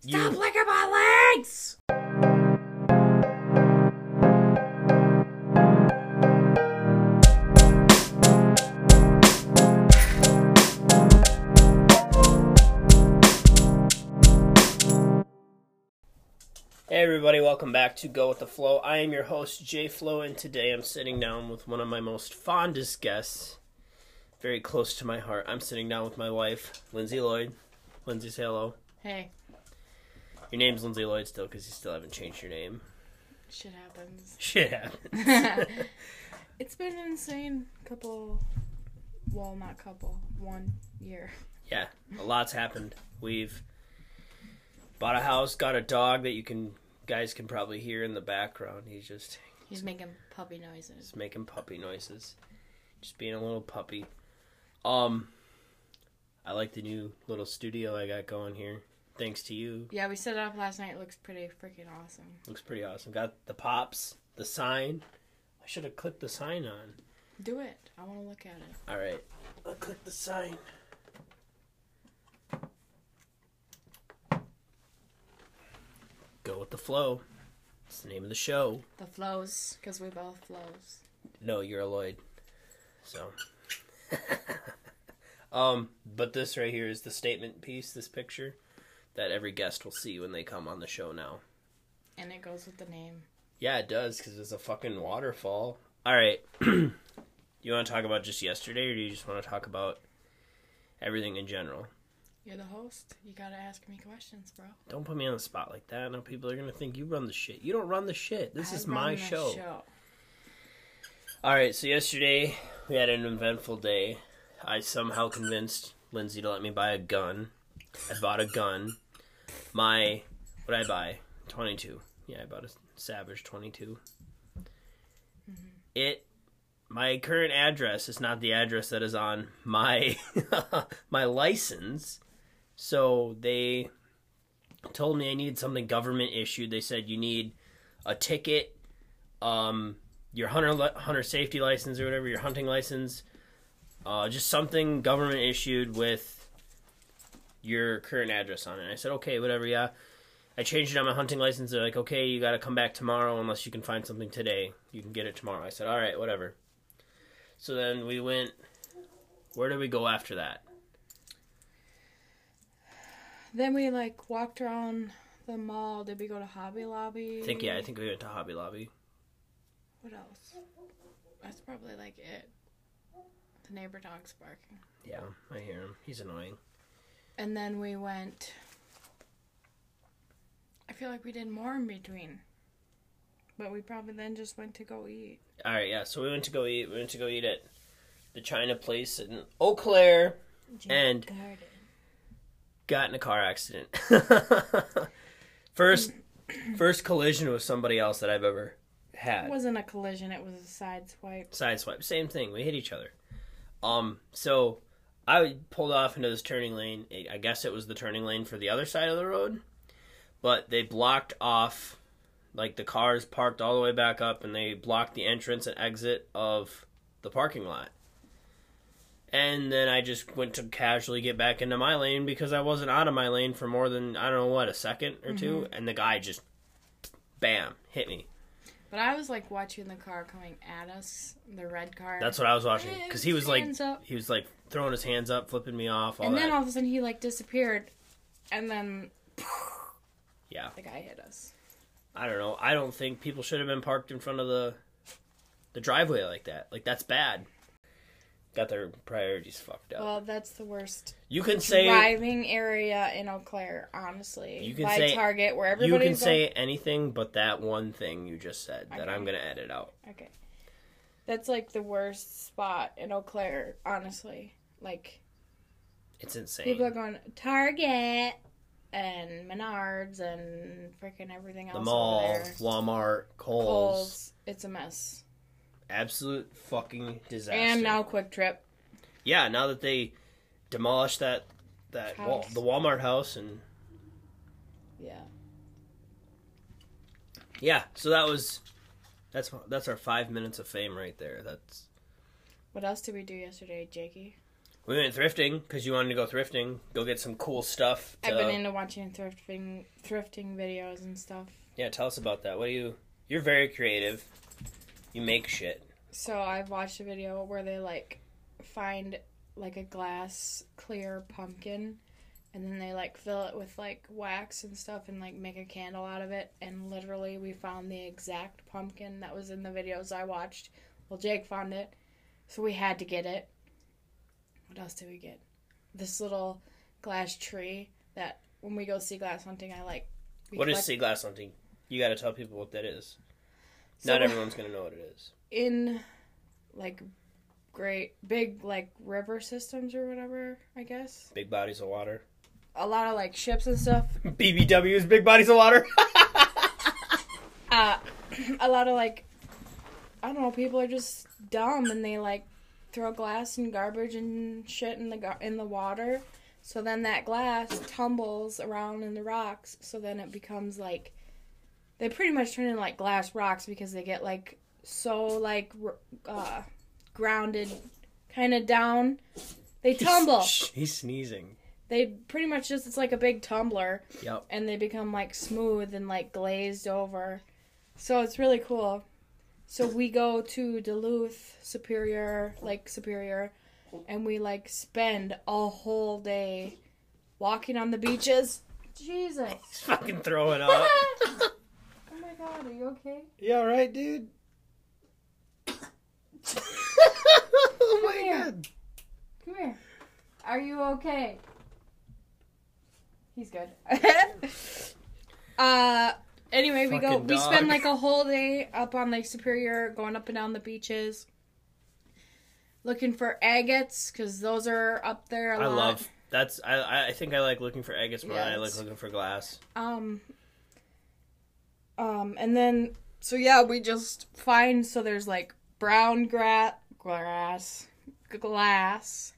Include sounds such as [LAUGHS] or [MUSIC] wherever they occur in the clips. Stop licking my legs! Hey everybody, welcome back to Go with the Flow. I am your host Jay Flow, and today I'm sitting down with one of my most fondest guests, very close to my heart. I'm sitting down with my wife, Lindsay Lloyd. Lindsay, say hello. Hey, Your name's Lindsay Lloyd still, because you still haven't changed your name. [LAUGHS] shit happens. Shit happens. it's been an insane couple, well, not couple, one year. yeah, a lot's happened. We've bought a house, got a dog that you can guys can probably hear in the background. He's just He's making puppy noises. just making puppy noises, just being a little puppy. Um, I like the new little studio I got going here. Thanks to you, Yeah, we set it up last night. It looks pretty freaking awesome. looks pretty awesome. Got the pops, the sign. I should have clicked the sign on. Do it. I want to look at it. All right, I clicked the sign. Go with the flow. It's the name of the show. The flows, because we both flows. No, you're a Lloyd. So. [LAUGHS] um, but this right here is the statement piece, this picture that every guest will see when they come on the show now. And it goes with the name. Yeah, it does cuz it's a fucking waterfall. All right. [CLEARS THROAT] you want to talk about just yesterday or do you just want to talk about everything in general? You're the host. You gotta ask me questions, bro. Don't put me on the spot like that. Now people are going to think you run the shit. You don't run the shit. This I is run my the show. All right, so yesterday we had an eventful day. I somehow convinced Lindsay to let me buy a gun. I bought a gun. My what did I buy? 22. Yeah, I bought a Savage 22. It my current address is not the address that is on my [LAUGHS] my license. So they told me I needed something government issued. They said you need a ticket um your hunter li- hunter safety license or whatever your hunting license uh, just something government issued with your current address on it and i said okay whatever yeah i changed it on my hunting license they're like okay you got to come back tomorrow unless you can find something today you can get it tomorrow i said all right whatever so then we went where did we go after that Then we like walked around the mall. Did we go to Hobby Lobby? i think yeah i think we went to hobby lobby What else? That's probably like it. The neighbor dog's barking. yeah i hear him he's annoying And then we went. I feel like we did more in between. But we probably then just went to go eat. all right yeah so we went to go eat we went to go eat at the china place in eau claire And- Garden. got in a car accident. [LAUGHS] first first collision with somebody else that I've ever It had. wasn't a collision, it was a side swipe. Sideswipe, same thing. We hit each other. Um, so I pulled off into this turning lane. I- I guess it was the turning lane for the other side of the road, but they blocked off, like the cars parked all the way back up, and they blocked the entrance and exit of the parking lot. And then I just went to casually get back into my lane because I wasn't out of my lane for more than I don't know what a second or 2 and the guy just, bam, hit me. But I was like watching the car coming at us, the red car. That's what I was watching Hey, because he was his like hands up. he was like throwing his hands up, flipping me off, all and that. then all of a sudden he like disappeared, and then yeah, the guy hit us. I don't know. I don't think people should have been parked in front of the the driveway like that. Like that's bad. Got their priorities fucked up. Well, that's the worst you can say driving area in Eau Claire, honestly. You can By say- Target, where you everybody's can say anything, but that one thing you just said that Okay. I'm gonna edit out. Okay. That's like the worst spot in Eau Claire, honestly. Like It's insane. people are going Target and Menards and freaking everything else. the over mall, there. Walmart, Kohl's, Kohl's. It's a mess. absolute fucking disaster. And now Quick Trip. yeah, now that they demolished that that wall, House. the Walmart house and Yeah. Yeah, so that was that's that's our five minutes of fame right there. That's What else did we do yesterday, Jakey? We went thrifting because you wanted to go thrifting, go get some cool stuff. I've to- been into watching thrifting thrifting videos and stuff. yeah, tell us about that. What do you? You're very creative. You make shit. So I've watched a video where they like find like a glass clear pumpkin and then they like fill it with like wax and stuff and like make a candle out of it and literally we found the exact pumpkin that was in the videos I watched. Well Jake found it. So we had to get it. What else did we get? This little glass tree that when we go sea glass hunting I like we What is collect- sea glass hunting? You got to tell people what that is. So Not we- everyone's gonna know what it is. in like great big like river systems or whatever i guess Big bodies of water. a lot of like ships and stuff BBW's big bodies of water. uh [CLEARS THROAT] a lot of like i don't know people are just dumb and they like throw glass and garbage and shit in the gar- in the water so then that glass tumbles around in the rocks so then it becomes like they pretty much turn into like glass rocks because they get like so like r- uh grounded kind of down they [LAUGHS] tumble Shh, he's sneezing. they pretty much just it's like a big tumbler Yep. and they become like smooth and like glazed over so it's really cool so we go to duluth superior lake superior and we like spend a whole day walking on the beaches jesus He's fucking [LAUGHS] throwing up. oh my god are you okay you all right, [LAUGHS] dude? [LAUGHS] oh Come here. come here are you okay he's good [LAUGHS] uh anyway we go Fucking we dog. spend like a whole day up on lake superior going up and down the beaches looking for agates because those are up there a I lot love that's I- I I think I like looking for agates more than Yeah, I like it's- looking for glass. um um and then so yeah we just find so there's like brown gra- grass glass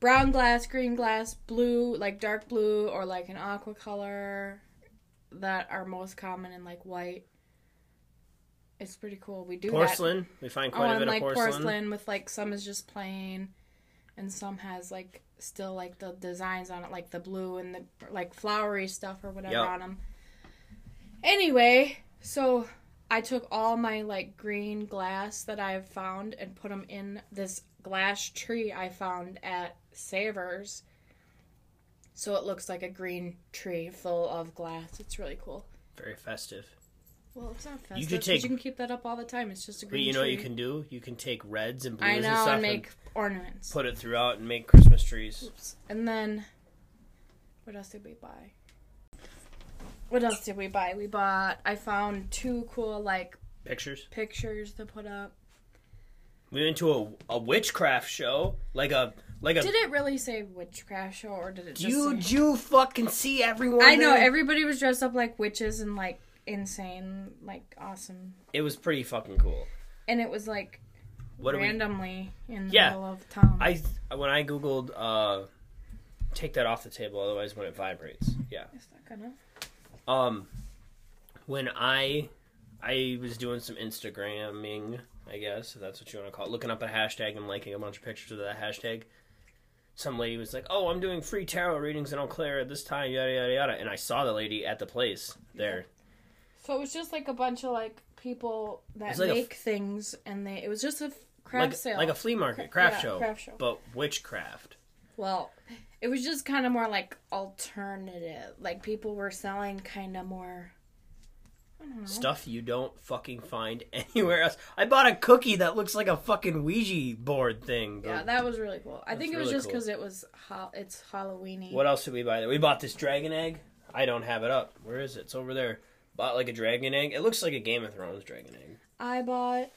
brown glass green glass blue like dark blue or like an aqua color that are most common in like white it's pretty cool we do that Porcelain. We find quite a Oh, and bit like of porcelain. with like some is just plain, and some has like still like the designs on it, like the blue and the like flowery stuff or whatever Yep. on them. Anyway, so I took all my like green glass that I've found and put them in this glass tree I found at Savers. So it looks like a green tree full of glass. It's really cool. Very festive. Well, it's not festive. could You, could take- you can keep that up all the time. It's just a But green. you know what tree. you can do? You can take reds and blues I and know, stuff and make ornaments. put it throughout and make Christmas trees. Oops. And then, what else did we buy? What else did we buy? We bought. I found two cool like Pictures. pictures to put up. We went to a, a witchcraft show. Like a like a Did it really say witchcraft show or did it just? Dude, say- you fucking see everyone. I know there? everybody was dressed up like witches and like insane, like awesome, It was pretty fucking cool. and it was like What do we? randomly in the Yeah. middle of town. I when I googled, uh, take that off the table. Otherwise, when it vibrates, yeah. Is that gonna? Um, when I I was doing some Instagramming, I guess if that's what you want to call it, looking up a hashtag and liking a bunch of pictures of that hashtag. Some lady was like, "Oh, I'm doing free tarot readings in Eau Claire at this time, yada yada yada," and I saw the lady at the place there. So it was just like a bunch of like people that It's like a make things, and they. It was just a f- craft like, sale, like a flea market craft yeah, show, craft show. but witchcraft. Well, it was just kind of more like alternative. Like people were selling kind of more. I don't know. Stuff you don't fucking find [LAUGHS] anywhere else. I bought a cookie that looks like a fucking Ouija board thing. Yeah, but- that was really cool. I think it was Oh. really just cool. because it was ho- it's Halloweeny. What else did we buy there? We bought this dragon egg. I don't have it up. Where is it? It's over there. Bought like a dragon egg. It looks like a Game of Thrones dragon egg. I bought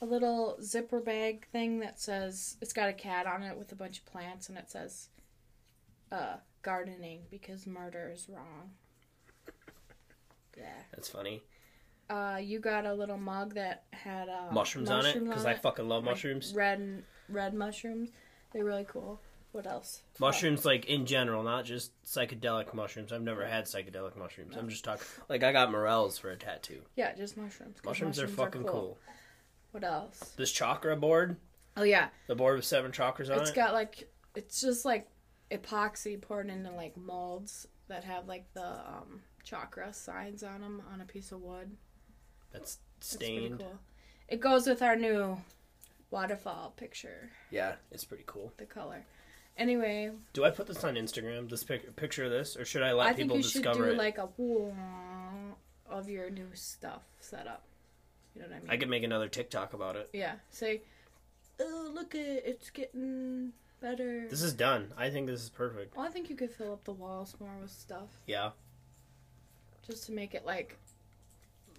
a little zipper bag thing that says it's got a cat on it with a bunch of plants, and it says, "Uh, gardening because murder is wrong." Yeah. That's funny. Uh, you got a little mug that had uh, Mushrooms on it mushrooms because I fucking love mushrooms. red red mushrooms. They're really cool. What else? Mushrooms like in general, not just psychedelic mushrooms. I've never had psychedelic mushrooms. I'm just talking like I got morels for a tattoo. Yeah, just mushrooms. 'cause Mushrooms, are fucking cool. What else? This chakra board. Oh yeah, The board with seven chalkers on it's it. got like it's just like epoxy poured into like molds that have like the um, chakra signs on them on a piece of wood. That's It's pretty stained. cool. It goes with our new waterfall picture, Yeah, it's pretty cool. the color. Anyway, Do I put this on Instagram? This pic- picture of this, or should I let I think people you should discover do it? like a wall of your new stuff set up. You know what I mean? I could make another TikTok about it. yeah. Say, oh look it, it's getting better. This is done. I think this is perfect. well, I think you could fill up the walls more with stuff. Yeah. just to make it like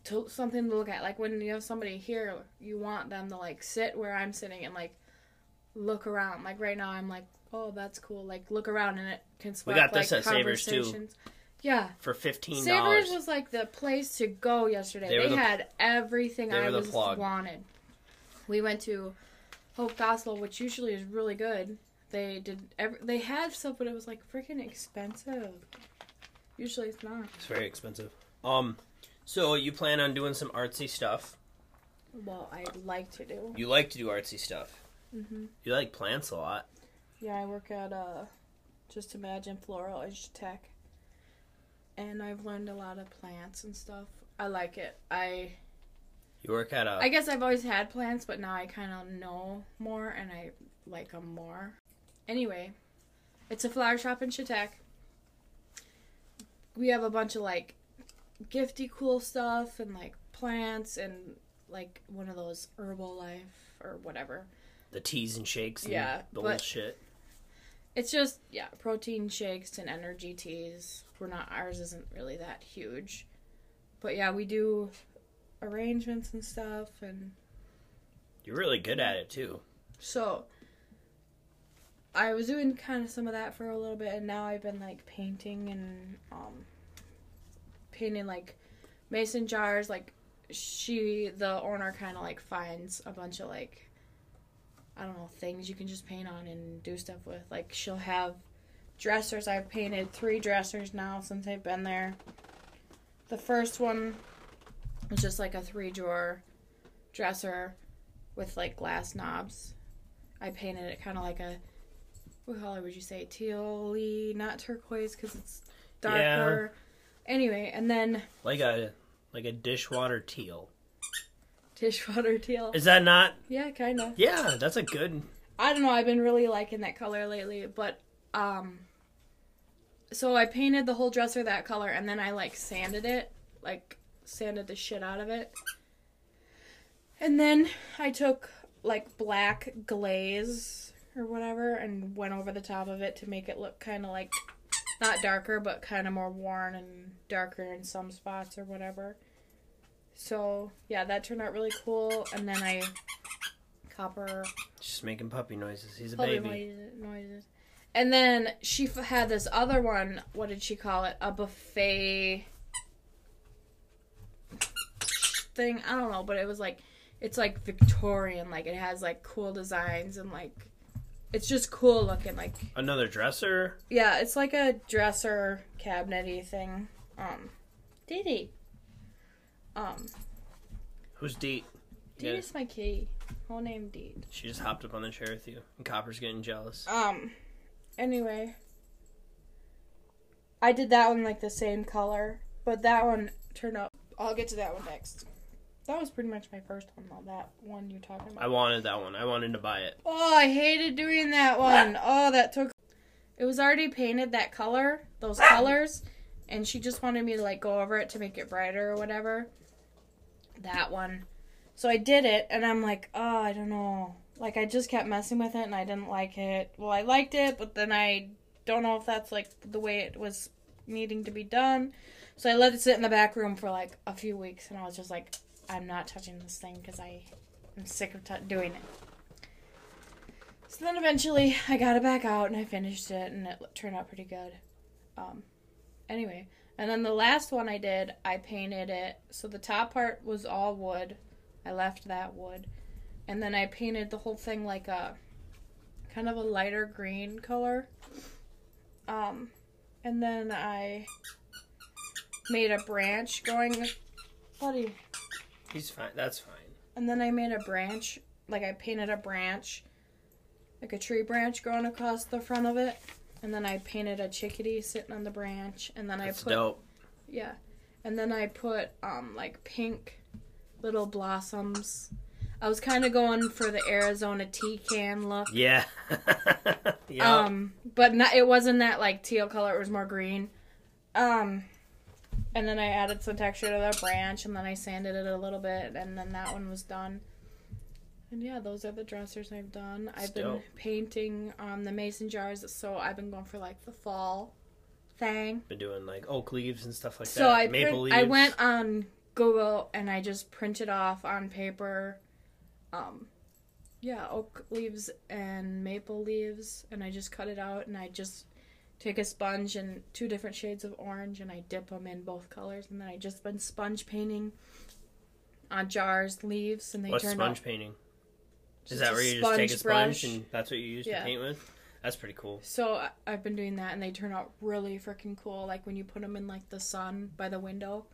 to something to look at like when you have somebody here you want them to like sit where i'm sitting and like look around like right now i'm like oh that's cool like look around and it can spark got this like, at Savers, too. conversations. yeah For fifteen savers dollars. was like the place to go yesterday They they, were the- had everything they i were the was plug. wanted we went to hope gospel which usually is really good they did every, they had stuff but it was like freaking expensive usually it's not It's very expensive. Um, so you plan on doing some artsy stuff? Well, I'd like to do. You like to do artsy stuff. hmm You like plants a lot. Yeah, I work at uh, Just Imagine Floral Edge Tech, and I've learned a lot of plants and stuff. I like it. I You work at uh, a. I guess I've always had plants, but now I kind of know more and I like them more. Anyway, it's a flower shop in Chautauqua. We have a bunch of like gifty cool stuff and like plants and like one of those herbal life or whatever. the teas and shakes and Yeah, the but- whole shit. It's just yeah, protein shakes and energy teas. We're not ours isn't really that huge. But yeah, we do arrangements and stuff and You're really good at it too. so I was doing kind of some of that for a little bit and now I've been like painting and um painting like mason jars like she the owner kind of like finds a bunch of like I don't know things you can just paint on and do stuff with. Like she'll have dressers. I've painted three dressers now since I've been there. The first one was just like a three drawer dresser with like glass knobs. I painted it kind of like a what color would you say teal not turquoise because it's Yeah. darker. Anyway, and then Like a like a dishwater teal. dishwater teal. Is that not? Yeah, kind of. Yeah, that's a good. I don't know. I've been really liking that color lately, but um, so I painted the whole dresser that color, and then I like sanded it, like sanded the shit out of it, and then I took like black glaze or whatever and went over the top of it to make it look kind of like not darker, but kind of more worn and darker in some spots or whatever. So yeah, that turned out really cool, and then I copper Just making puppy noises. He's a Probably baby. noises- noises. And then she f- had this other one. What did she call it? A buffet thing. I don't know, but it was like it's like Victorian. Like it has like cool designs and like it's just cool looking. Like Another dresser. yeah, it's like a dresser cabinety thing. Um, Dee Dee. Um, Who's Deet? Dee Yeah. Dee's my kitty. Whole name Dee. She just hopped up on the chair with you. And Copper's getting jealous. Um. Anyway, I did that one like the same color, but that one turned out. I'll get to that one next. That was pretty much my first one, though. That one you're talking I about. wanted that one. I wanted to buy it. Oh, I hated doing that one. Oh, that took. It was already painted that color, those colors, and she just wanted me to like go over it to make it brighter or whatever. That one. So I did it, and I'm like, oh, I don't know. Like I just kept messing with it, and I didn't like it. Well, I liked it, but then I don't know if that's like the way it was needing to be done. So I let it sit in the back room for like a few weeks, and I was just like, I'm not touching this thing because I am sick of t- doing it. So then eventually I got it back out and I finished it and it l- turned out pretty good. Um, anyway, and then the last one I did, I painted it. So the top part was all wood. I left that wood. And then I painted the whole thing like a kind of a lighter green color. Um, and then I made a branch going. Buddy. He's fine. That's fine. And then I made a branch, like I painted a branch like a tree branch growing across the front of it, and then I painted a chickadee sitting on the branch, and then That's I put dope. yeah, and then I put um like pink little blossoms. I was kind of going for the Arizona tea can look. Yeah. [LAUGHS] yeah. Um, but not, it wasn't that like teal color. It was more green. Um, and then I added some texture to that branch, and then I sanded it a little bit, and then that one was done. And yeah, those are the dressers I've done. I've been Dope. painting on the mason jars, so I've been going for like the fall thing. Been doing like oak leaves and stuff like so that. I print, Maple leaves. I went on Google and I just printed off on paper. Um, yeah, oak leaves and maple leaves, and I just cut it out and I just take a sponge and two different shades of orange and I dip them in both colors, and then I just been sponge painting on jars, leaves, and they What's turned sponge out. painting? Is just that a where you just take a sponge brush. and that's what you use Yeah. to paint with? That's pretty cool. So I- I've been doing that, and they turn out really freaking cool. Like when you put them in like the sun by the window,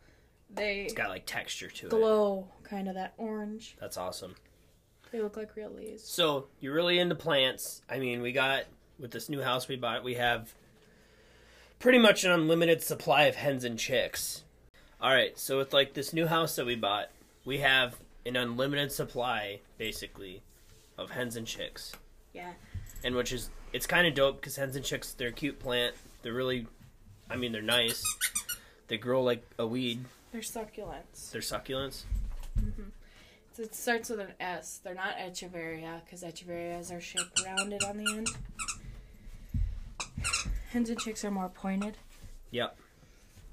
they It's got like texture to it. glow, kind of that orange. That's awesome. They look like real leaves. So you're really into plants. I mean, we got with this new house we bought, we have pretty much an unlimited supply of hens and chicks. All right, so with like this new house that we bought, we have an unlimited supply basically of hens and chicks, Yeah. and which is it's kind of dope because hens and chicks they're a cute plant. They're really, I mean, they're nice. They grow like a weed. They're succulents. They're succulents. So it starts with an S. They're not echeveria because echeverias are shaped rounded on the end. Hens and chicks are more pointed. Yep.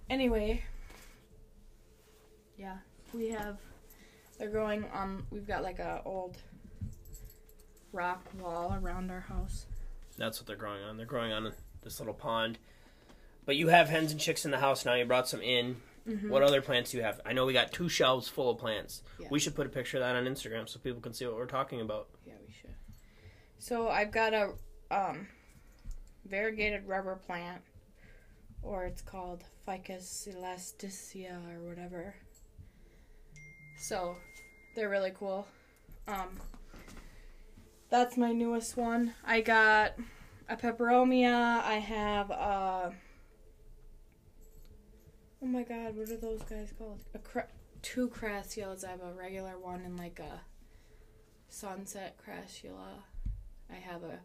Anyway. Yeah, we have. They're growing on. We've got like a old rock wall around our house. That's what they're growing on. They're growing on this little pond. But you have hens and chicks in the house now. You brought some in. Mm-hmm. What other plants do you have? I know we got two shelves full of plants. Yeah. We should put a picture of that on Instagram so people can see what we're talking about. Yeah, we should. So I've got a um, variegated rubber plant, or it's called Ficus elasticea or whatever. So they're really cool. Um, that's my newest one. I got a peperomia. I have a. Oh my god, what are those guys called? A cra- two crassulas. I have a regular one and like a sunset crassula. I have a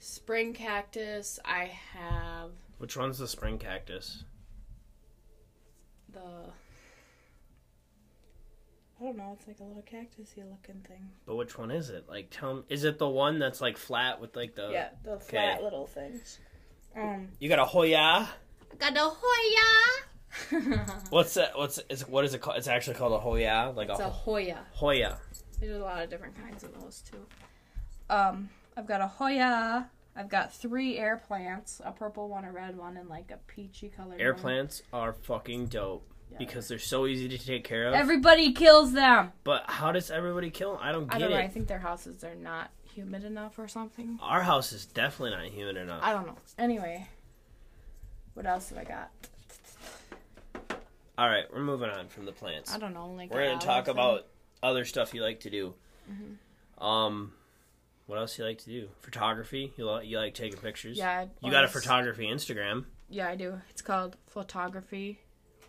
spring cactus. I have Which one's the spring cactus? the. I don't know. It's like a little cactusy looking thing. But which one is it? Like, tell me, is it the one that's like flat with like the? yeah, the flat little things. Um, You got a hoya. got the hoya. What's that? What's is what is it called? It's actually called a hoya, like [LAUGHS] it's a a hoya. hoya. There's a lot of different kinds of those too. Um, I've got a hoya. I've got three air plants: a purple one, a red one, and like a peachy colored. Air one. plants are fucking dope Yeah. because they're so easy to take care of. Everybody kills them. but how does everybody kill? 'em? I don't get I don't it. know. I think their houses are not humid enough or something. Our house is definitely not human enough. I don't know. Anyway, what else have I got? All right, we're moving on from the plants. I don't know. Like We're an going to olive talk about other stuff you like to do. Mm-hmm. Um, what else you like to do? Photography. You like you like taking pictures. thing. Yeah. I You got a always- photography Instagram. Yeah, I do. It's called photography.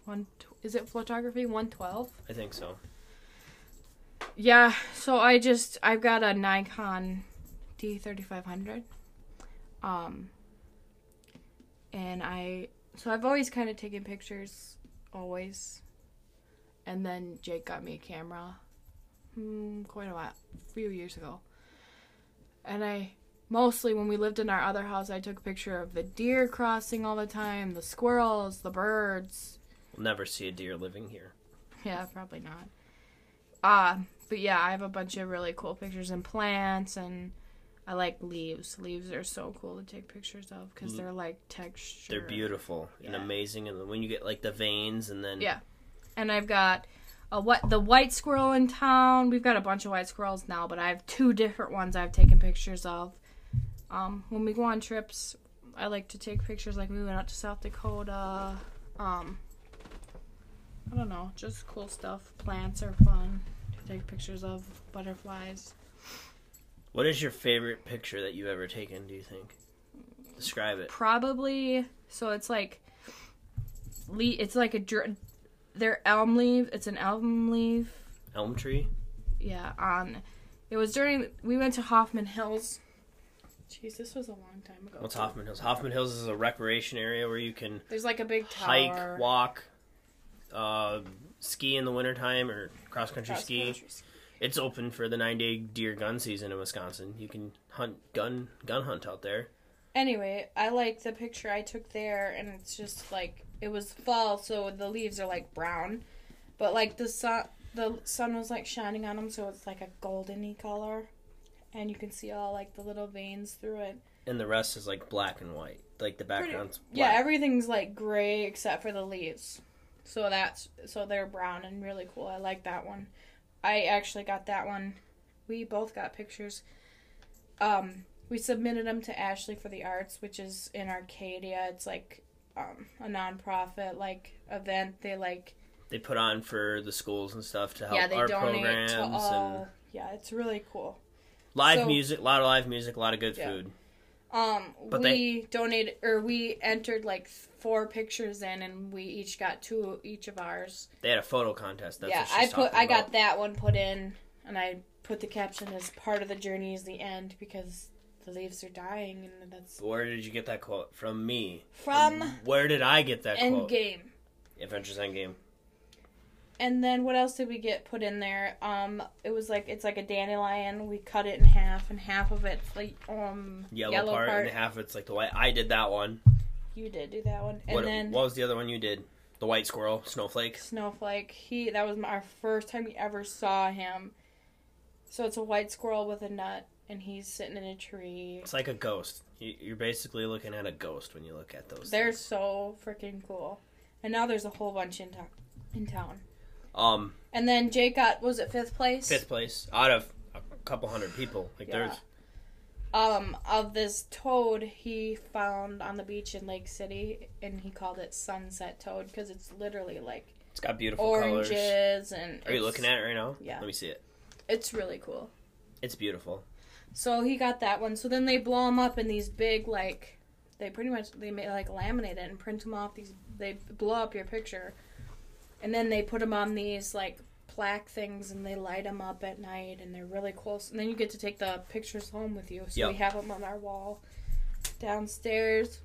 One. T- is it photography one twelve? I think so. Yeah, so I just I've got a Nikon D thirty five hundred, um, and I so I've always kind of taken pictures, always, and then Jake got me a camera, hmm, quite a while, few years ago, and I mostly when we lived in our other house I took a picture of the deer crossing all the time, the squirrels, the birds, We'll never see a deer living here. [LAUGHS] yeah, probably not. Uh, but yeah, I have a bunch of really cool pictures and plants and I like leaves. Leaves are so cool to take pictures of cuz they're like texture. They're beautiful and Yeah. amazing. And when you get like the veins and then Yeah. And I've got a what the white squirrel in town. We've got a bunch of white squirrels now, but I have two different ones I've taken pictures of. Um, when we go on trips, I like to take pictures like we went out to South Dakota. Um, I don't know, just cool stuff. Plants are fun to take pictures of. Butterflies. What is your favorite picture that you've ever taken, do you think? Describe it. Probably so it's like le- it's like a dr- they're elm leaf, it's an elm leaf. Elm tree? Yeah, on it was during we went to Hoffman Hills. Jeez, this was a long time ago. What's Hoffman Hills? Hoffman Hills is a recreation area where you can There's like a big tower. hike, walk, uh, ski in the wintertime or cross country cross ski. country ski. It's open for the nine day deer gun season in Wisconsin. You can hunt gun gun hunt out there. Anyway, I like the picture I took there, and it's just like it was fall, so the leaves are like brown, but like the sun, the sun was like shining on them, so it's like a goldeny color, and you can see all like the little veins through it. And the rest is like black and white. Like the Pretty- background's Yeah, black. everything's like gray except for the leaves, so that's so they're brown and really cool. I like that one. I actually got that one. We both got pictures. Um, we submitted them to Ashley for the Arts, which is in Arcadia. It's like um, a nonprofit like event. They like they put on for the schools and stuff to help yeah, they art donate programs to all. and Yeah, it's really cool. live So- music, a lot of live music, a lot of good Yeah. food. Um, But we donated or we entered like four pictures in, and we each got two each of ours. They had a photo contest. That's yeah, what she's I put talking I got about. that one put in, and I put the caption as part of the journey is the end because the leaves are dying, and that's Where did you get that quote from me? from Where did I get that quote? Endgame. Adventures Endgame. And then what else did we get put in there? Um, it was like it's like a dandelion. We cut it in half, and half of it's like um Yellow, part, and half of it's like the white. I did that one. You did do that one, and What, then what was the other one you did? The white squirrel, snowflake. Snowflake. He that was my, our first time we ever saw him. So it's a white squirrel with a nut, and he's sitting in a tree. It's like a ghost. You- You're basically looking at a ghost when you look at those. They're things. so freaking cool. And now there's a whole bunch in town. In town. um And then Jake got was it fifth place? fifth place out of a couple hundred people. Like Yeah. there's Um, of this toad he found on the beach in Lake City, and he called it sunset toad because it's literally like it's got beautiful oranges colors. and. Are you it's- looking at it right now? Yeah. Let me see it. It's really cool. It's beautiful. So he got that one. So then they blow them up in these big like, they pretty much they ma- like laminate it and print them off. These they blow up your picture, and then they put them on these like plaque things and they light them up at night and they're really cool. And then you get to take the pictures home with you. So Yep. we have them on our wall downstairs.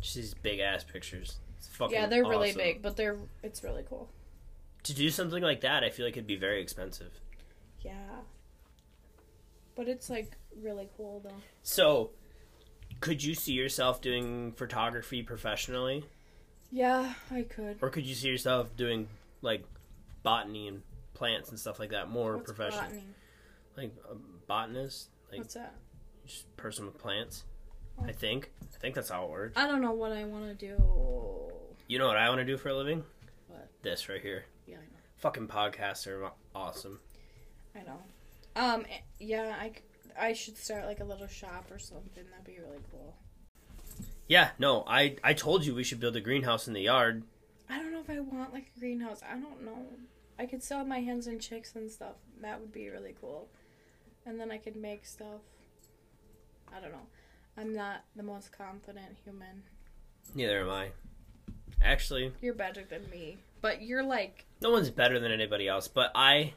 Just these big ass pictures. It's fucking yeah, they're really awesome. big, but they're it's really cool. To do something like that, I feel like it'd be very expensive. Yeah. But it's like really cool though. So, could you see yourself doing photography professionally, Yeah, I could. or could you see yourself doing like botany and plants and stuff like that more What's professionally? botany? Like a botanist, like What's that? just person with plants. Oh. I think. I think that's how it works. I don't know what I want to do. You know what I want to do for a living? What? This right here. Yeah, Fucking podcasts are awesome. I know. I know. Um, eh, yeah, I, c- I should start like a little shop or something. That'd be really cool. Yeah, no, I I told you we should build a greenhouse in the yard. I don't know if I want like a greenhouse. I don't know. I could sell my hens and chicks and stuff. That would be really cool. And then I could make stuff. I don't know. I'm not the most confident human. Neither am I. Actually, You're better than me, but you're like no one's better than anybody else, but I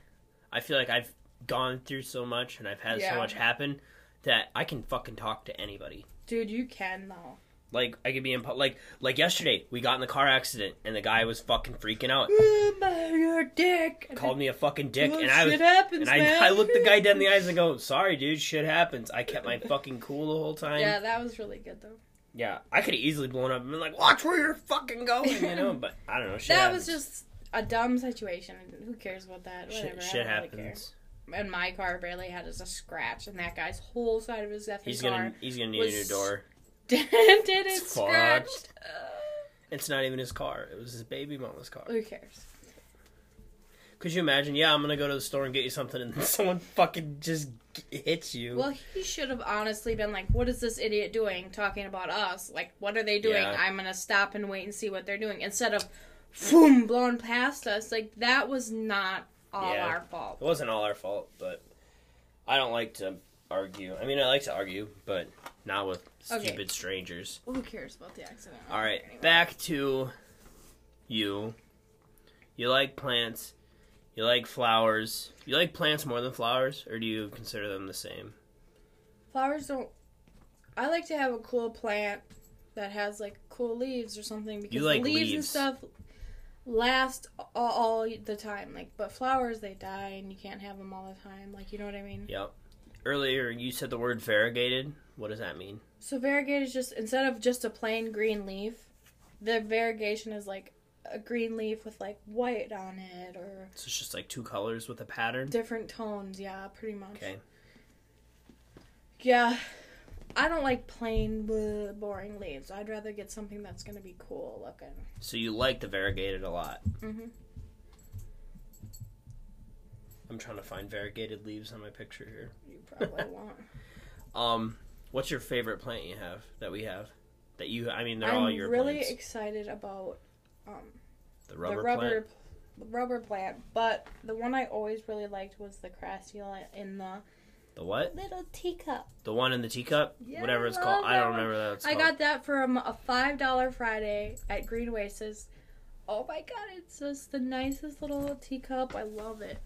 I feel like I've gone through so much and I've had Yeah. so much happen that I can fucking talk to anybody. Dude, you can though. Like I could be in pu- like like yesterday we got in the car accident and the guy was fucking freaking out. your dick. Called me a fucking dick Well, and I was shit happens, and I, [LAUGHS] I looked the guy dead in the eyes and go, "Sorry, dude, shit happens." I kept my fucking cool the whole time. Yeah, that was really good though. Yeah, I could have easily blown up and been like, "Watch where you're fucking going," [LAUGHS] you know. But I don't know. Shit that happens. was just a dumb situation. Who cares about that? shit. Whatever. shit I don't really happens. care. And my car barely had us a scratch, and that guy's whole side of his effing He's car [LAUGHS] gonna he's gonna need was- a new door. dented and It's fucked. scratched. It's not even his car. It was his baby mama's car. Who cares? Could you imagine? Yeah, I'm gonna go to the store and get you something, and [LAUGHS] someone fucking just g- hits you. Well, he should have honestly been like, "What is this idiot doing? Talking about us? Like, what are they doing? Yeah. I'm gonna stop and wait and see what they're doing." Instead of, boom, blowing past us. Like that was not all Yeah. our fault. it wasn't all our fault, but I don't like to argue. I mean, I like to argue, but not with Okay. stupid strangers. Well, who cares about the accident? All right, Anyway. back to you. You like plants. You like flowers. You like plants more than flowers, or do you consider them the same? Flowers don't. I like to have a cool plant that has like cool leaves or something because like leaves, and leaves. stuff last all, all the time. Like, but flowers they die and you can't have them all the time. Like, you know what I mean? Yep. Earlier, you said the word variegated. What does that mean? So variegated is just instead of just a plain green leaf, the variegation is like a green leaf with like white on it or So it's just like two colors with a pattern. different tones. Yeah, pretty much. Okay. Yeah. I don't like plain bleh, boring leaves. I'd rather get something that's gonna be cool looking. So you like the variegated a lot. Mm-hmm. I'm trying to find variegated leaves on my picture here. You [LAUGHS] probably won't. Um, what's your favorite plant you have that we have? That you, I mean, they're I'm all your really plants. excited about um, The rubber, the rubber plant. plant. rubber plant, but the one I always really liked was the crassula in the The what? little teacup. The one in the teacup? Yeah, Whatever it's I called. love I don't that one. remember that. It's I called. got that from a five dollar Friday at Green Oasis. Oh my god, it's just the nicest little teacup. I love it.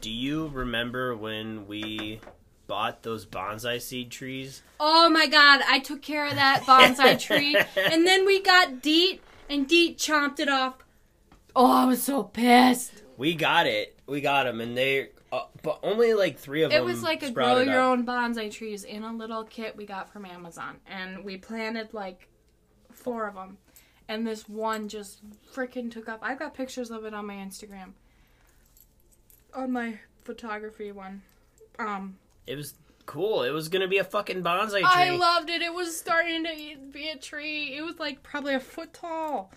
Do you remember when we bought those bonsai seed trees? Oh my god, I took care of that [LAUGHS] bonsai tree, and then we got Deet, and Deet chomped it off. Oh, I was so pissed. We got it. We got them, and they, uh, but only like three of It them. was like a grow sprouted your up. own bonsai trees in a little kit we got from Amazon, and we planted like four of them, and this one just freaking took up. I've got pictures of it on my Instagram, on my photography one. Um, It was cool. It was gonna be a fucking bonsai tree. I loved it. It was starting to e, be a tree. It was like probably a foot tall,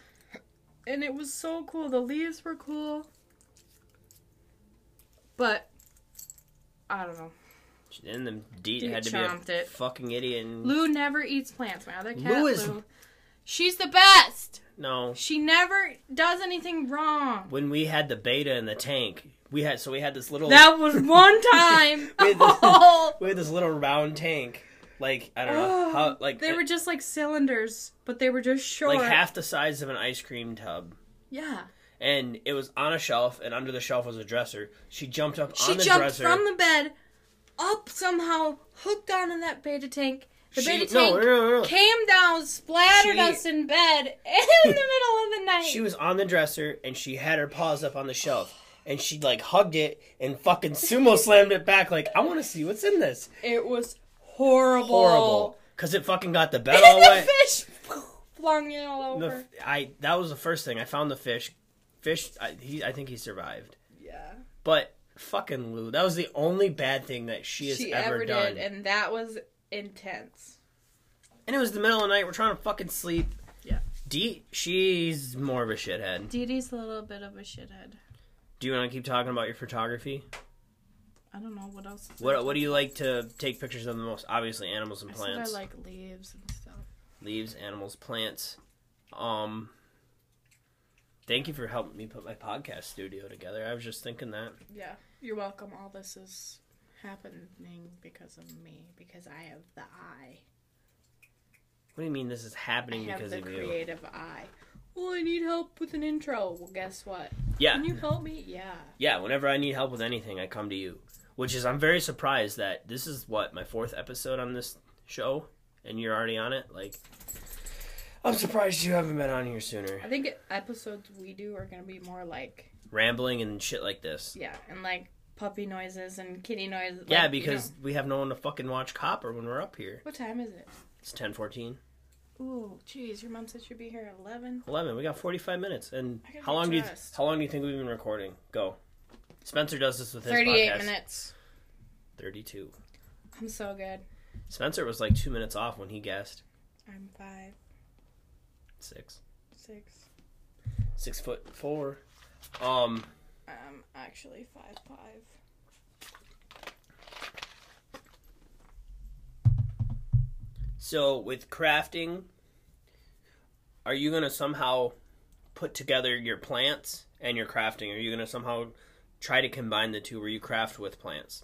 and it was so cool. The leaves were cool, but I don't know. and then Deet Deet had to be a chomped it. fucking idiot. And Lou never eats plants. My other cat, Lou Lou, is- she's the best. no, She never does anything wrong. when we had the beta in the tank, we had so we had this little That was [LAUGHS] one time. We had Oh. this- [LAUGHS] Oh, we had this little round tank. Like I don't know how like Ah, they it- were just like cylinders, but they were just short. like half the size of an ice cream tub. yeah, And it was on a shelf, and under the shelf was a dresser. She jumped up she on the jumped dresser. from the bed up somehow, hooked onto that beta tank. The she, beta no, tank no, no, no. came down, splattered She- us in bed [LAUGHS] in the middle of the night. She was on the dresser, and she had her paws up on the shelf, and she like hugged it and [LAUGHS] fucking sumo slammed it back. Like I want to see what's in this. it was horrible. Horrible, because it fucking got the bed all And wet. Oh. [LAUGHS] the fish flung it all The over. f- I that was the first thing I found the fish. Fish, I, he, I think he survived, Yeah. but fucking Lou, that was the only bad thing that she has she ever, ever done. did, and that was intense. And it was the middle of the night. We're trying to fucking sleep. Yeah. D, she's more of a shithead. Dee Dee's a little bit of a shithead. Do you want to keep talking about your photography? I don't know what else. Is What What do you like to take pictures of the most? Obviously, animals and I said I plants, like leaves and stuff. leaves, animals, plants. Um. Thank you for helping me put my podcast studio together. I was just thinking that. Yeah, you're welcome. All this is happening because of me, because I have the eye. What do you mean this is I happening have because the of you? creative eye. Well, I need help with an intro. Well, guess what? Yeah. Can you help me? Yeah. Yeah, whenever I need help with anything, I come to you. Which is, I'm very surprised that this is what my fourth episode on this show, and you're already on it. Like, I'm surprised you haven't been on here sooner. I think episodes we do are gonna be more like Rambling and shit like this. yeah, and like puppy noises and kitty noises. Yeah, like, you know. because we have no one to fucking watch Copper when we're up here. what time is it? It's 10:14, Ooh, jeez, your mom said she'd be here at 11. 11. We got 45 minutes. And I gotta how long do you th- adjust. how long do you think we've been recording? Go. Spencer does this with his 38 podcast. minutes. 32. I'm so good. Spencer was like two minutes off when he guessed I'm five, six, six. six foot four. Um. I'm actually five five. So with crafting, are you gonna somehow put together your plants and your crafting? Are you gonna somehow try to combine the two where you craft with plants?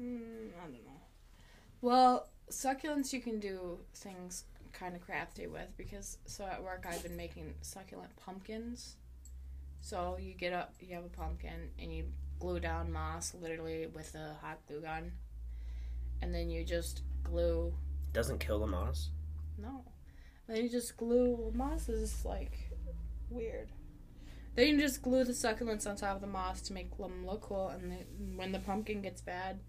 Mm, I don't know. Well, succulents you can do things kind of crafty with because so at work I've been making succulent pumpkins. So you get up, you have a pumpkin, and you glue down moss literally with a hot glue gun, and then you just glue Doesn't kill the moss. no, then you just glue moss is like weird. Then you just glue the succulents on top of the moss to make them look cool, and then when the pumpkin gets bad,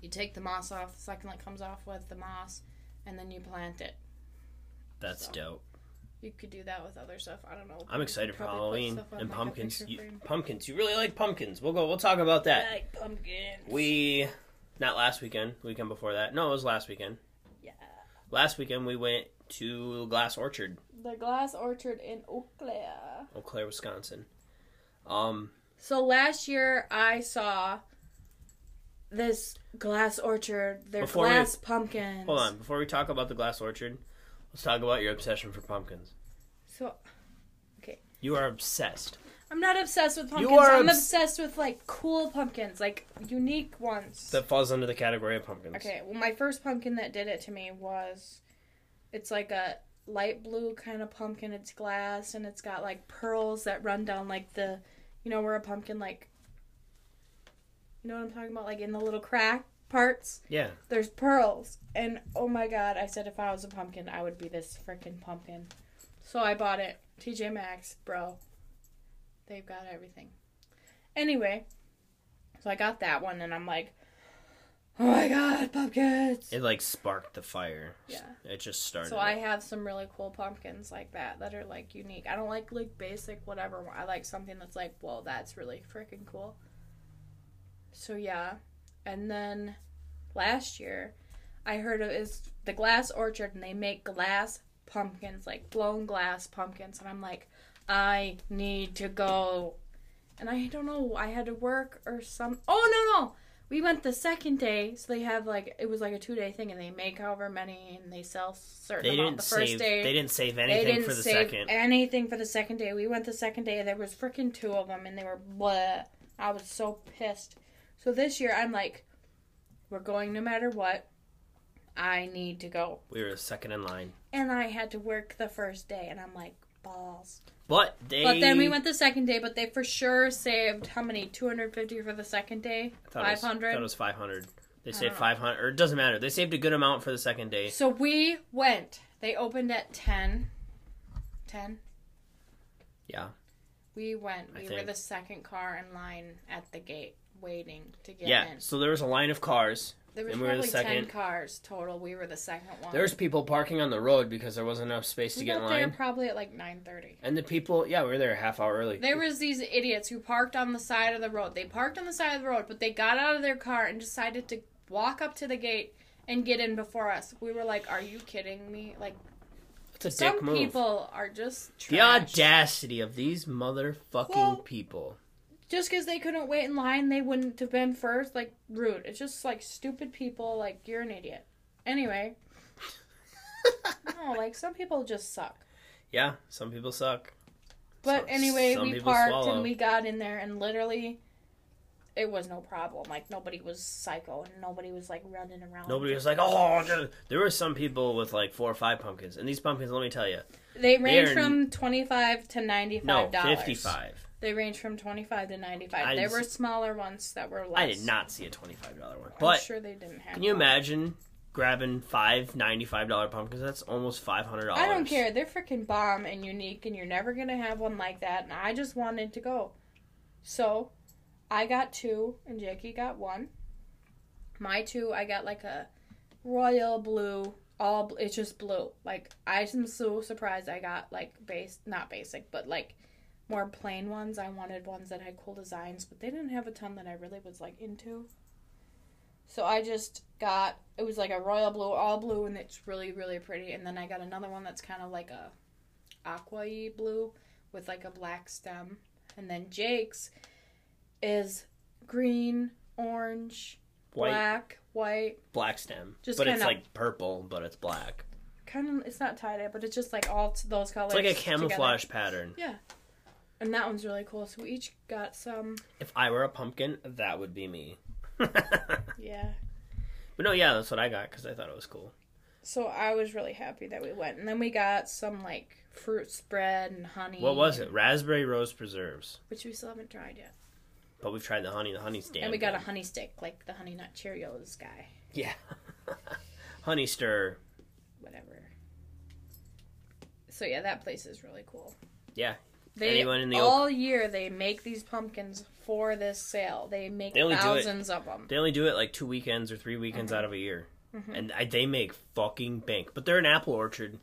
you take the moss off. The succulent comes off with the moss, and then you plant it. That's So. dope. You could do that with other stuff. I don't know. I'm excited for Probably put Halloween stuff on and like a pumpkins. picture You, frame. pumpkins. You really like pumpkins. We'll go. We'll talk about that. like pumpkins. We not last weekend. the Weekend before that. No, it was last weekend. yeah. Last weekend we went to Glass Orchard, The glass orchard in Eau Claire. Eau Claire, Wisconsin. Um, So last year I saw this glass orchard. They're Before we- glass pumpkins. hold on. Before we talk about the Glass Orchard, let's talk about your obsession for pumpkins. So You are obsessed. I'm not obsessed with pumpkins. are I'm obs- obsessed with like cool pumpkins, like unique ones. That falls under the category of pumpkins. Okay, well, my first pumpkin that did it to me was it's like a light blue kind of pumpkin. It's glass and it's got like pearls that run down like the, you know, where a pumpkin like, you know what I'm talking about? Like in the little crack parts, Yeah. there's pearls. And oh my god, I said if I was a pumpkin, I would be this freaking pumpkin. So I bought it. TJ Maxx, bro. They've got everything. Anyway, so I got that one and I'm like, oh my god, pumpkins! It like sparked the fire. Yeah. It just started. So it. I have some really cool pumpkins like that that are like unique. I don't like like basic whatever. one. I like something that's like, whoa, that's really freaking cool. So yeah, and then last year, I heard of is the Glass Orchard and they make glass pumpkins like blown glass pumpkins, and I'm like, I need to go, and I don't know, I had to work or some. Oh no no. We went the second day, so they have like it was like a two day thing, and they make however many, and they sell certain They amount didn't the first save. day. They didn't save anything They didn't for the save second. anything for the second day. We went the second day. There was freaking two of them, and they were bleh. I was so pissed. So this year, I'm like, we're going no matter what. I need to go, we were second in line, and I had to work the first day, and I'm like, balls. but they. But then we went the second day, but they for sure saved how many? Two hundred fifty for the second day, I thought it five was- I thought it hundred. was five hundred. They don't saved know. five hundred, or it doesn't matter. They saved a good amount for the second day. So we went. They opened at 10. 10? Yeah. We went. I We were think. the second car in line at the gate waiting to get Yeah. in. So there was a line of cars. There was and we were the probably second. 10 cars total. We were the second one. There was people parking on the road because there wasn't enough space to we get in got there line. probably at like 9.30. And the people, yeah, we were there a half hour early. There was these idiots who parked on the side of the road. They parked on the side of the road, but they got out of their car and decided to walk up to the gate and get in before us. We were like, are you kidding me? Like, it's a some dick move. people are just the trash. audacity of these motherfucking Well- [LAUGHS] people. just because they couldn't wait in line, they wouldn't have been first. Like, rude. It's just like stupid people. Like, you're an idiot. Anyway. no, like, some people just suck. Yeah, some people suck. But Some- anyway, some we people parked swallow. and we got in there, and literally, it was no problem. Like, nobody was psycho and nobody was like running around. Nobody was like, oh, God." there were some people with like four or five pumpkins, and these pumpkins, let me tell you, They range are- from 25 to $95. no, fifty-five. They range from 25 to 95 I There just- were smaller ones that were less. I did not see a twenty-five dollar one, I'm but sure they didn't have Can you one. imagine grabbing five ninety-five dollar pumpkins? That's almost five hundred dollars. I don't care. They're freaking bomb and unique, and you're never gonna have one like that. And I just wanted to go, so I got two, and Jackie got one. My two, I got like a royal blue, all bl- it's just blue. Like I am so surprised I got like base, not basic, but like more plain ones. I wanted ones that had cool designs, but they didn't have a ton that I really was like into. So I just got it was like a royal blue, all blue, and it's really really pretty. And then I got another one that's kind of like a aqua-y blue with like a black stem. And then Jake's is green, orange, White black, white. black stem, Just but it's kinda- like purple, but it's black. Kind of it's not tie dye, but it's just like all t- those colors. It's like a together. camouflage pattern. And that one's really cool. So we each got some. [LAUGHS] If I were a pumpkin, that would be me. Yeah. But no, yeah, that's what I got because I thought it was cool. So I was really happy that we went. And then we got some like fruit spread and honey. What was it? Raspberry rose preserves. Which we still haven't tried yet. But we've tried the honey. The honey's damn. and we got a good. honey stick, like the honey nut Cheerios guy, [LAUGHS] yeah, honey stir. whatever. So yeah, that place is really cool. Yeah. They Anyone in the all year they make these pumpkins for this sale. They make They only do it- thousands of them. They only do it like two weekends or three weekends out of a year, Mm-hmm. and I, they make fucking bank. But they're an apple orchard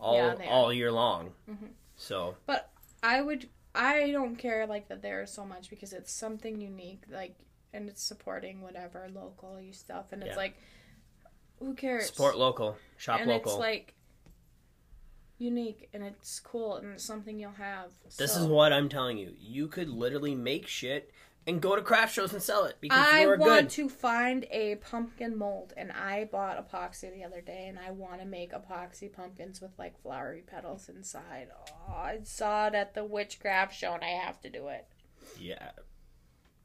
all Yeah, they Mm-hmm. all year long. So I would I don't care like that there is so much because it's something unique like and it's supporting whatever local you stuff and it's Yeah. like who cares support local, shop and local. it's like unique and it's cool and it's something you'll have this so. is what I'm telling you. You could literally make shit and go to craft shows and sell it because I you're want good. to find a pumpkin mold, and I bought epoxy the other day, and I want to make epoxy pumpkins with like flowery petals inside. Oh, I saw it at the witchcraft show, and I have to do it. Yeah. [LAUGHS]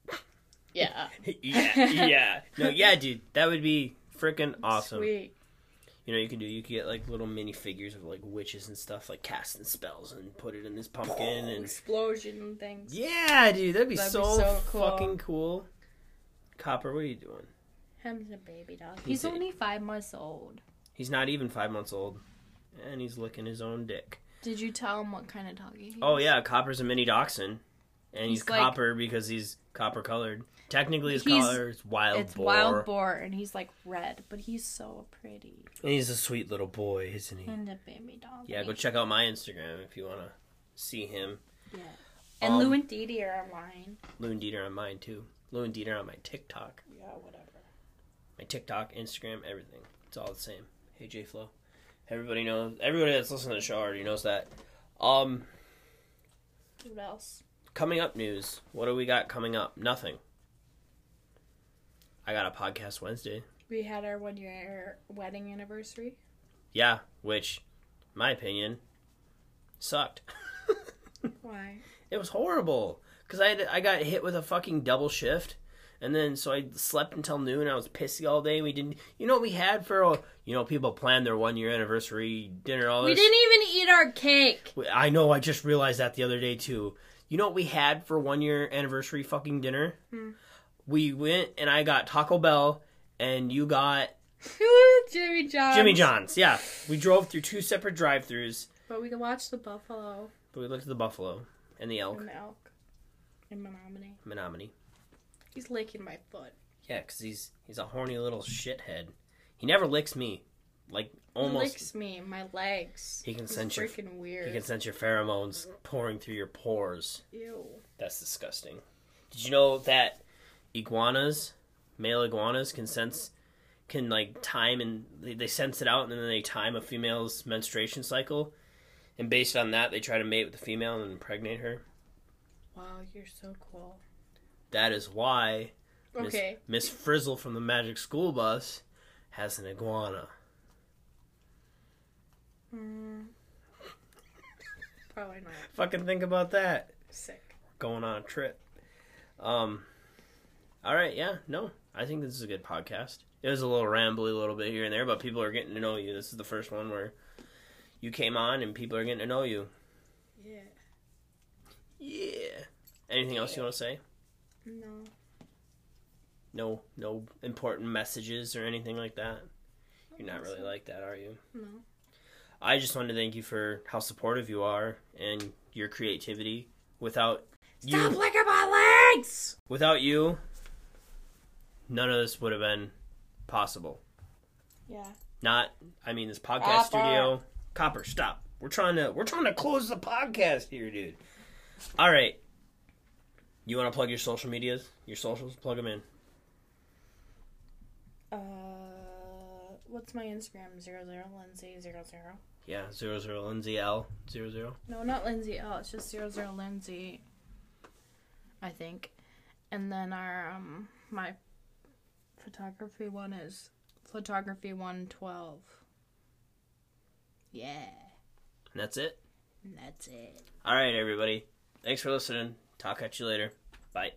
Yeah, yeah, yeah. No, yeah, dude. That would be freaking [LAUGHS] awesome. Sweet. You know, you can do. You can get like little mini figures of like witches and stuff, like casting spells, and put it in this pumpkin. And Explosion things. yeah, dude, that'd be, That'd be so, so cool. fucking cool. Copper, what are you doing? Him's a baby dog. He's He's a- only five months old. He's not even five months old, and he's licking his own dick. Did you tell him what kind of doggy? He Oh is? yeah, Copper's a mini dachshund, and he's, He's, like- copper because he's copper colored. Technically, his He's- color is wild It's boar, wild boar, and he's like red, but he's so pretty. and he's a sweet little boy, isn't he? And a baby dog. Yeah, go check out my Instagram if you want to see him. And um, Lou and Dee Dee are online. Lou and Dieter on mine too. Lou and Dieter on my TikTok. Yeah, whatever. My TikTok, Instagram, everything. It's all the same. Hey J Flow. Everybody knows everybody that's listening to the show already knows that. Um What else? coming up news. What do we got coming up? Nothing. I got a podcast Wednesday. We had our one year wedding anniversary. Yeah, which in my opinion sucked. [LAUGHS] Why? It was horrible because I had, I got hit with a fucking double shift, and then so I slept until noon. I was pissy all day. We didn't, you know, what we had for a, you know, people planned their one year anniversary dinner. All We this. didn't even eat our cake. We- I know. I just realized that the other day too. You know what we had for one year anniversary fucking dinner? Hmm. We went and I got Taco Bell, and you got [LAUGHS] Jimmy John. Jimmy John's. Yeah, we drove through two separate drive-throughs, But we could watch the buffalo but we looked at the buffalo and the elk, and the elk and Menominee. Menominee. He's licking my foot. Yeah, 'cause he's he's a horny little shithead. He never licks me. Like almost, He licks me, my legs. He can He's sense your- freaking weird. he can sense your pheromones pouring through your pores. Ew. That's disgusting. Did you know that iguanas, male iguanas, can sense, can like time and they, they sense it out, and then they time a female's menstruation cycle, and based on that, they try to mate with the female and impregnate her. Wow, you're so cool. That is why Miss- Okay. Miss Frizzle from the Magic School Bus has an iguana. Mm. Probably not. Fucking think about that. Sick. going on a trip. Um, all right, yeah, no, I think this is a good podcast. It was a little rambly, a little bit here and there, but people are getting to know you. This is the first one where you came on and people are getting to know you. Yeah. Yeah. Anything else you want to say? No. No, no important messages or anything like that. You're not really like that, are you? No. I just wanted to thank you for how supportive you are and your creativity. Without Stop you, licking my legs! without you, none of this would have been possible. Yeah. not I mean this podcast Copper. studio. Copper, stop. We're trying to we're trying to close the podcast here, dude. All right. You want to plug your social medias? Your socials, plug them in. Uh, what's my Instagram? Zero zero Lindsay zero zero. Yeah, zero zero Lindsay L zero zero. No, not Lindsay L. It's just zero zero Lindsay. I think, and then our um my photography one is photography one twelve. Yeah, And that's it. and that's it. All right, everybody. Thanks for listening. Talk at you later. Bye.